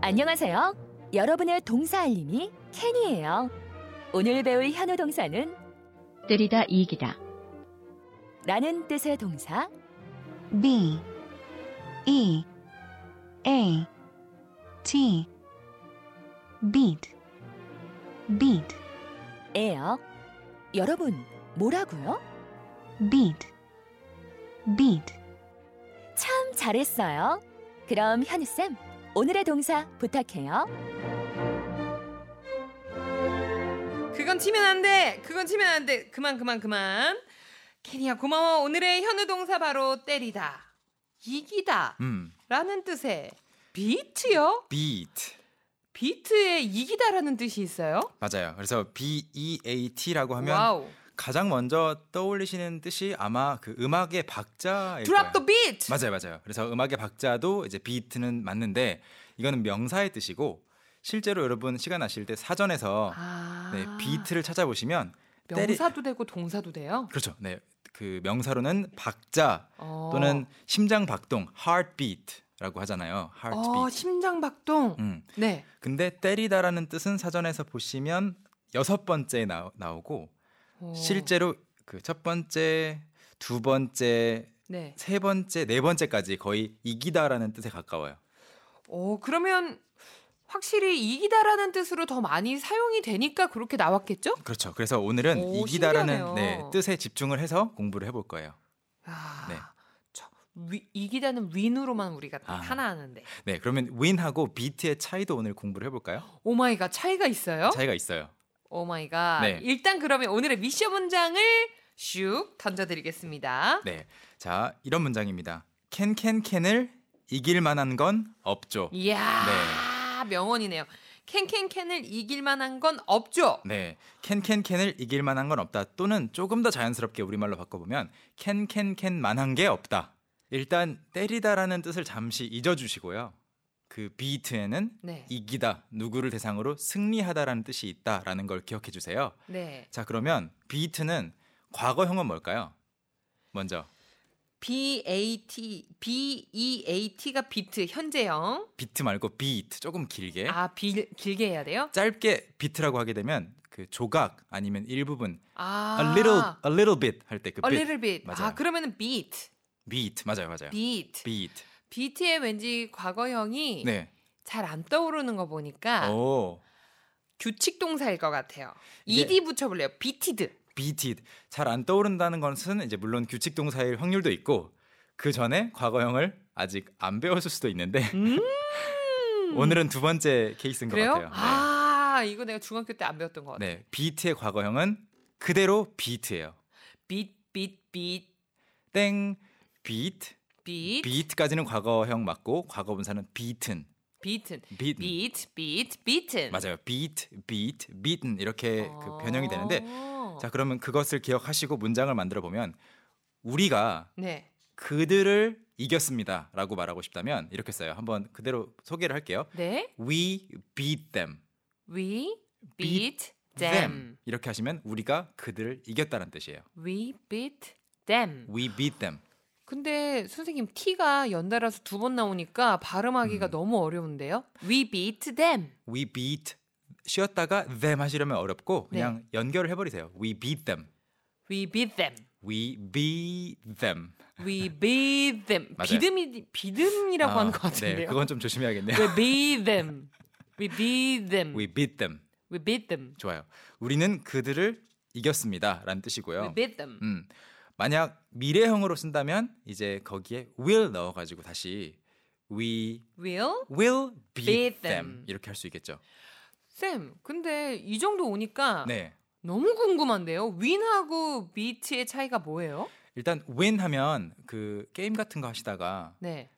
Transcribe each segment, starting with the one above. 안녕하세요. 여러분의 동사 알림이 캔이에요. 오늘 배울 현우 동사는 때리다 이기다 라는 뜻의 동사 B E A T beat beat 예요. 여러분, 뭐라고요? beat beat 참 잘했어요. 그럼 현우쌤, 오늘의 동사 부탁해요. 그건 치면 안 돼. 그건 치면 안 돼. 그만 그만 그만. 케니야 고마워. 오늘의 현우 동사 바로 때리다. 이기다 음, 라는 뜻의 비트요? beat 비트에 이기다라는 뜻이 있어요? 맞아요. 그래서 B E A T라고 하면 와우. 가장 먼저 떠올리시는 뜻이 아마 그 음악의 박자일 드랍 거예요. 더 비트. 네, 맞아요, 맞아요. 그래서 음악의 박자도 이제 beat는 맞는데 이거는 명사의 뜻이고 실제로 여러분 시간 나실 때 사전에서 아. 네, 비트를 찾아보시면 때리- 명사도 되고 동사도 돼요? 그렇죠. 네, 그 명사로는 박자 어. 또는 심장 박동 heartbeat라고 하잖아요. 어, heartbeat. 심장 박동. 음. 네. 근데 때리다라는 뜻은 사전에서 보시면 여섯 번째 나, 나오고 어, 실제로 그 첫 번째, 두 번째, 네. 세 번째, 네 번째까지 거의 이기다라는 뜻에 가까워요. 어, 그러면 확실히 이기다라는 뜻으로 더 많이 사용이 되니까 그렇게 나왔겠죠? 그렇죠. 그래서 오늘은 오, 이기다라는 신기하네요. 네, 뜻에 집중을 해서 공부를 해볼 거예요. 아, 네. 저, 위, 이기다는 윈으로만 우리가 딱 아. 하나 하는데. 네, 그러면 윈하고 비트의 차이도 오늘 공부를 해볼까요? 오마이갓 차이가 있어요? 차이가 있어요. 오마이갓. 네. 일단 그러면 오늘의 미션 문장을 슉 던져드리겠습니다. 네, 자 이런 문장입니다. 캔캔캔을 이길 만한 건 없죠. 이야 명언이네요. 캔캔캔을 이길 만한 건 없죠. 네, 캔캔캔을 이길 만한 건 없다. 또는 조금 더 자연스럽게 우리말로 바꿔보면 캔캔캔 만한 게 없다. 일단 때리다라는 뜻을 잠시 잊어주시고요. 그 비트에는 네. 이기다, 누구를 대상으로 승리하다라는 뜻이 있다라는 걸 기억해 주세요. 네. 자, 그러면 비트는 과거형은 뭘까요? 먼저 B A T B E A T가 비트 현재형. 비트 말고 비트 조금 길게 아, 빌, 길게 해야 돼요? 짧게 비트라고 하게 되면 그 조각 아니면 일부분 아. a little a little bit 할 때그 A little bit. 아, 맞아요. 그러면은 beat. 비트 맞아요, 맞아요. beat. 비트. BT의 왠지 과거형이 네. 잘 안 떠오르는 거 보니까 오, 규칙 동사일 것 같아요. 어. 이게- ed 붙여볼래요. beated. beat 잘안 떠오른다는 것은 이제 물론 규칙 동사일 확률도 있고 그 전에 과거형을 아직 안 배웠을 수도 있는데 오늘은 두 번째 음. 케이스인 그래요? 음? 것 같아요. 네. 아 이거 내가 중학교 때 안 배웠던 것 같아. 네, beat의 과거형은 그대로 beat예요. beat, beat, beat, 땡 beat, beat, beat, beat까지는 과거형 맞고 과거분사는 beaten, beaten, beaten. beat, beat, beaten. 음. 맞아요. beat, beat, beaten 이렇게 그 변형이 되는데 어. 자 그러면 그것을 기억하시고 문장을 만들어 보면 우리가 네, 그들을 이겼습니다라고 말하고 싶다면 이렇게 써요. 한번 그대로 소개를 할게요. 네, We beat them. we beat Beat them. 이렇게 하시면 우리가 그들을 이겼다는 뜻이에요. we beat them. We beat them. 근데 선생님 t가 연달아서 두 번 나오니까 발음하기가 음. 너무 어려운데요. we beat them. We beat 쉬었다가 them 하시려면 어렵고 네. 그냥 연결을 해버리세요. We beat them. we beat them. We beat them. We beat them. 맞아요. 비듬이 비듬이라고 아, 하는 것 네, 같은데요. 그건 좀 조심해야겠네요. We beat them. We beat them. We, We beat them. beat them. 좋아요. 우리는 그들을 이겼습니다라는 We 뜻이고요. beat them. 음. 만약 미래형으로 쓴다면 이제 거기에 will 넣어 가지고 다시 we Will? will beat, Beat them. them. 이렇게 할 수 있겠죠. 쌤, 근데 이 정도 오니까 네. 너무 궁금한데요. win하고 beat의 차이가 뭐예요? 일단 win 하면 그 게임 같은 거 하시다가 네.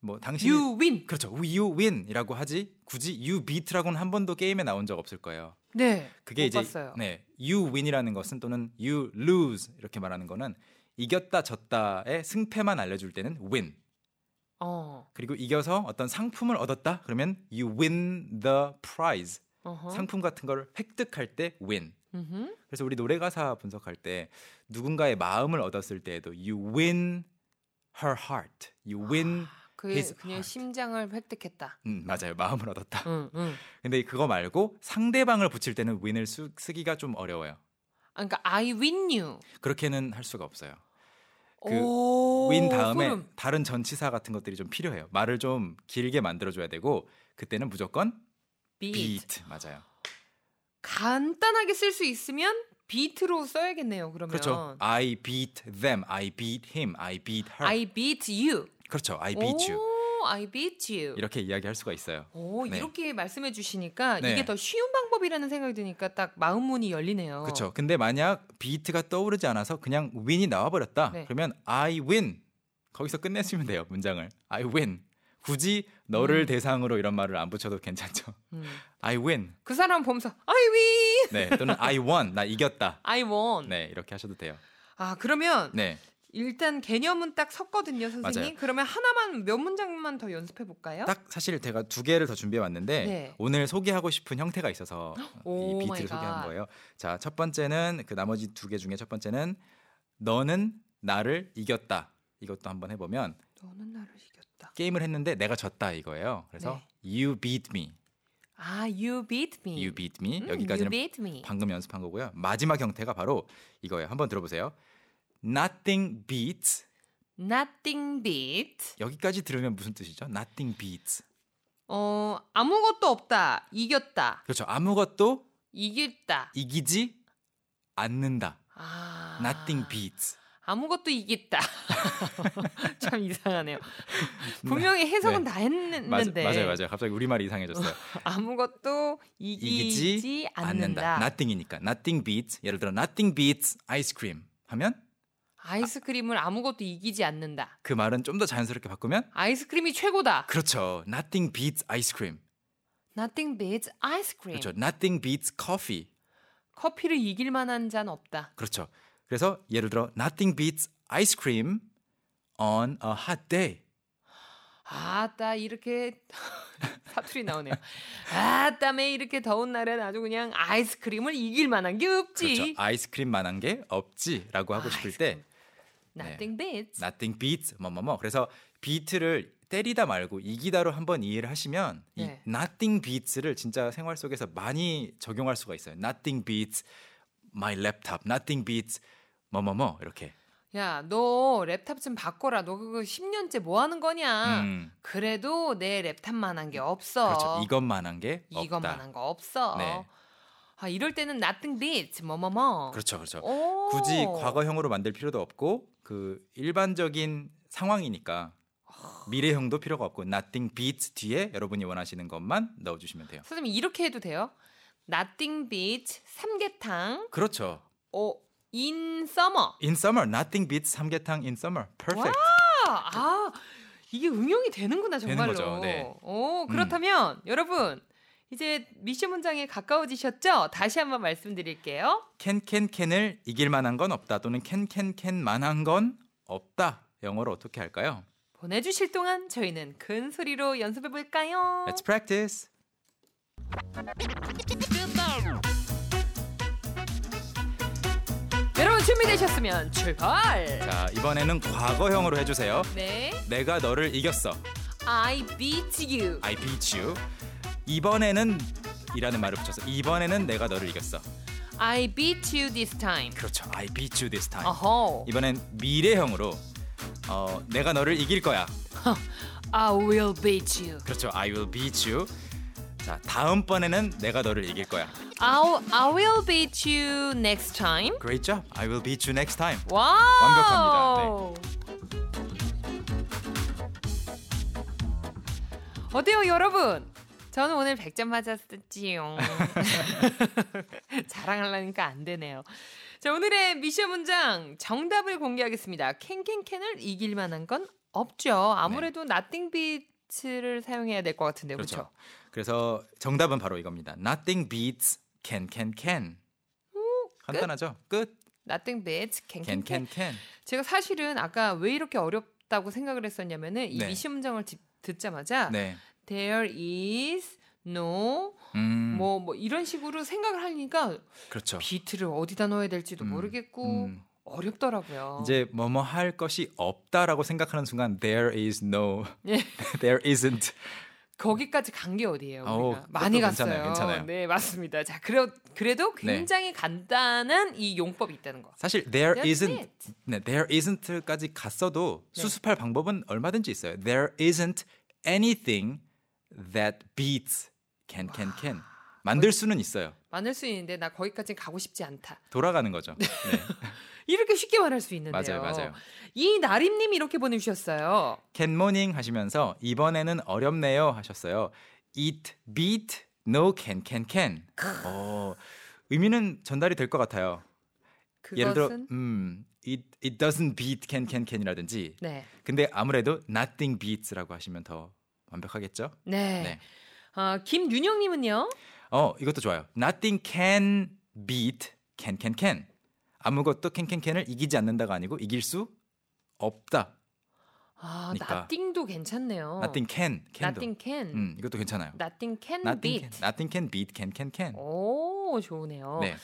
뭐 당신 이 You win. 그렇죠. you win이라고 하지 굳이 you beat라고는 한 번도 게임에 나온 적 없을 거예요. 네. 그게 못 이제 봤어요. 네. you win이라는 것은 또는 you lose 이렇게 말하는 거는 이겼다 졌다의 승패만 알려 줄 때는 win. 어. 그리고 이겨서 어떤 상품을 얻었다 그러면 you win the prize 어허. 상품 같은 걸 획득할 때 win 음흠. 그래서 우리 노래 가사 분석할 때 누군가의 마음을 얻었을 때에도 you win her heart you win 그 His 그녀의 heart. 심장을 획득했다. 음, 맞아요. 마음을 얻었다. 응, 응. 근데 그거 말고 상대방을 붙일 때는 win을 쓰, 쓰기가 좀 어려워요. 아, 그러니까 I win you. 그렇게는 할 수가 없어요. 그 오, win 다음에 소름. 다른 전치사 같은 것들이 좀 필요해요. 말을 좀 길게 만들어줘야 되고 그때는 무조건 beat. beat 맞아요. 간단하게 쓸 수 있으면 beat로 써야겠네요. 그러면 그렇죠. I beat them, I beat him, I beat her. I Oh. beat you. 그렇죠. I beat you 오, I beat you. 이렇게 이야기할 수가 있어요. 오, 네. 이렇게 말씀해 주시니까 네. 이게 더 쉬운 방법이라는 생각이 드니까 딱 마음 문이 열리네요. 그렇죠. 근데 만약 beat가 떠오르지 않아서 그냥 win이 나와버렸다. 네. 그러면 I win 거기서 끝내시면 돼요 문장을. I win 굳이 너를 음. 대상으로 이런 말을 안 붙여도 괜찮죠. 음. I win 그 사람 보면서 I win, 네 또는 I won 나 이겼다. I won. 네 이렇게 하셔도 돼요. 아 그러면 네 일단 개념은 딱 섰거든요, 선생님. 맞아요. 그러면 하나만 몇 문장만 더 연습해 볼까요? 딱 사실 제가 두 개를 더 준비해 왔는데 어? 네. 오늘 소개하고 싶은 형태가 있어서 이 오 마이 비트를 갓. 소개한 거예요. 자, 첫 번째는 그 나머지 두 개 중에 첫 번째는 너는 나를 이겼다. 이것도 한번 해 보면 너는 나를 이겼다. 게임을 했는데 내가 졌다 이거예요. 그래서 네. you beat me. 아, you beat me. you beat me. 음, 여기까지는 you beat me. 방금 연습한 거고요. 마지막 형태가 바로 이거예요. 한번 들어보세요. nothing beats Nothing beat. 여기까지 들으면 무슨 뜻이죠? nothing beats. 어 아무것도 없다. 이겼다. 그렇죠. 아무것도 이겼다. 이기지 않는다. 아, nothing beats. 아무것도 이겼다. 참 이상하네요. 분명히 해석은 네. 다 했는데 맞, 맞아요, 맞아요. 갑자기 우리말이 이상해졌어요. 아무것도 이기지, 이기지 않는다. nothing이니까. nothing beats. 예를 들어 nothing beats ice cream 하면 아이스크림을 아무것도 이기지 않는다. 그 말은 좀 더 자연스럽게 바꾸면 아이스크림이 최고다. 그렇죠. nothing beats ice cream. Nothing beats ice cream. 그렇죠. nothing beats coffee. 커피를 이길 만한 잔 없다. 그렇죠. 그래서 예를 들어 nothing beats ice cream on a hot day. 아따 이렇게 사투리 나오네요. 아따매 이렇게 더운 날엔 아주 그냥 아이스크림을 이길 만한 게 그렇죠. 없지. 아이스크림만한 게 없지라고 하고 싶을 때 네. Nothing beats. nothing beats 뭐뭐뭐 그래서 비트를 때리다 말고 이기다로 한번 이해를 하시면 네. 이 nothing beats를 진짜 생활 속에서 많이 적용할 수가 있어요. nothing beats my laptop, nothing beats 뭐뭐뭐 이렇게. 야, 너 랩탑 좀 바꿔라. 너 그거 10년째 뭐 하는 거냐? 음, 그래도 내 랩탑만한 게 없어. 그렇죠. 이것만한 게 없다. 이것만한 거 없어. 네. 아, 이럴 때는 nothing beats 뭐뭐뭐. 그렇죠, 그렇죠. 오. 굳이 과거형으로 만들 필요도 없고 그 일반적인 상황이니까 아. 미래형도 필요가 없고 nothing beats 뒤에 여러분이 원하시는 것만 넣어주시면 돼요. 선생님 이렇게 해도 돼요? Nothing beats 삼계탕. 그렇죠. 오, in summer. In summer, nothing beats 삼계탕 in summer. Perfect. 아, 아, 이게 응용이 되는구나 되는 정말로. 거죠, 네. 오, 그렇다면 여러분 이제 미션 문장에 가까워지셨죠? 다시 한번 말씀드릴게요. 캔캔캔을 이길 만한 건 없다 또는 캔캔캔 만한 건 없다. 영어로 어떻게 할까요? 보내주실 동안 저희는 큰 소리로 연습해 볼까요? Let's practice. 여러분 준비되셨으면 출발. 자, 이번에는 과거형으로 해주세요. 네, 내가 너를 이겼어. I beat you. I beat you. 이번에는 이라는 말을 붙였어. 이번에는 내가 너를 이겼어. I beat you this time. 그렇죠. I beat you this time. 어허. 이번엔 미래형으로 어, 내가 너를 이길 거야. I will beat you. 그렇죠. I will beat you. 자, 다음번에는 내가 너를 이길 거야. I'll, I will beat you next time. Great job. I will beat you next time. 와. 네. 완벽합니다. 어때요, 여러분? 저는 오늘 100점 맞았었지요. 자랑하려니까 안 되네요. 자, 오늘의 미션 문장 정답을 공개하겠습니다. 캔캔캔을 이길 만한 건 없죠. 아무래도 nothing beats를 사용해야 될 것 같은데요. 네. 그렇죠? 그렇죠. 그래서 정답은 바로 이겁니다. Nothing beats can can can. 간단하죠. 끝. nothing beats can 캔캔캔. can can. 제가 사실은 아까 왜 이렇게 어렵다고 생각을 했었냐면은 이 네. 미션 문장을 지- 듣자마자 네. there is no 음. 뭐 뭐 이런 식으로 생각을 하니까 그렇죠. 비트를 어디다 넣어야 될지도 음, 모르겠고 음. 어렵더라고요. 이제 뭐뭐 할 것이 없다라고 생각하는 순간 there is no, 예. there isn't. 거기까지 간 게 어디예요? 우리가 아우, 그것도 많이 갔어요. 괜찮아요, 괜찮아요. 네, 맞습니다. 자, 그래, 그래도 네. 굉장히 간단한 이 용법이 있다는 거. 사실 there That's isn't, it. 네, there isn't까지 갔어도 네. 수습할 방법은 얼마든지 있어요. There isn't anything that beats can can can. 만들 수는 있어요. 많을 수 있는데 나 거기까지 가고 싶지 않다. 돌아가는 거죠. 네. 이렇게 쉽게 말할 수 있는데요. 맞아요, 맞아요. 이 나림님 이렇게 보내주셨어요. Can morning 하시면서 이번에는 어렵네요 하셨어요. It beat no can can can. 어, 의미는 전달이 될 것 같아요. 그것은 예를 들어 음, it it doesn't beat can can can이라든지. 네, 근데 아무래도 nothing beats라고 하시면 더 완벽하겠죠? 네. 네. 아, 김윤영님은요. 어, 이것도 좋아요. Nothing can beat can can can. 아무것도 can can can을 이기지 않는다가 아니고 이길 수 없다. 아, 그러니까. 나띵도 괜찮네요. Nothing can can도. 어. Nothing can. 음, 이것도 괜찮아요. Nothing can Nothing beat. can, nothing can beat can can can. 오, 좋으네요. 네.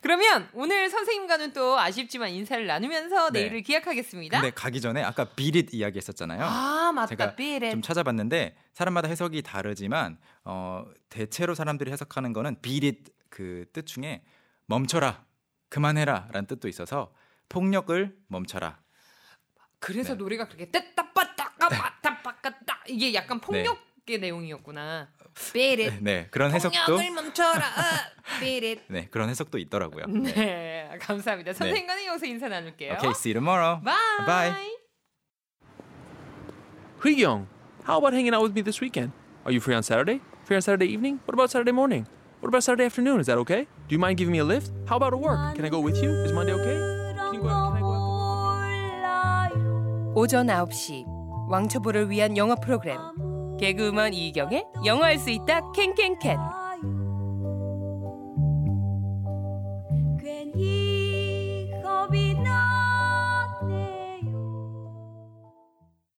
그러면 오늘 선생님과는 또 아쉽지만 인사를 나누면서 네. 내일을 기약하겠습니다. 근데 가기 전에 아까 beat it 이야기했었잖아요. 아, 제가 맞다. 삐레. 좀 찾아봤는데 사람마다 해석이 다르지만 어, 대체로 사람들이 해석하는 거는 beat it 그 뜻 중에 멈춰라, 그만해라라는 뜻도 있어서 폭력을 멈춰라. 그래서 네. 노래가 그렇게 따따빠따까빠따빠까따 이게 약간 폭력의 내용이었구나. 삐레. 네, 네, 그런 해석도 폭력을 멈춰라. 삐레. 네 그런 해석도 있더라고요. 네. 감사합니다. 네. 선생님과는 여기서 인사 나눌게요. Okay, see you tomorrow. Bye. Bye. Young, how about hanging out with me this weekend? Are you free on Saturday? Free on Saturday evening? What about Saturday morning? What about Saturday afternoon? Is that okay? Do you mind giving me a lift? How about at work? Can I go with you? Is Monday okay? Can you go out? Can I go out? 오전 9시 왕초보를 위한 영어 프로그램 개그우먼 이희경의 영어할 수 있다 캔캔캔 괜히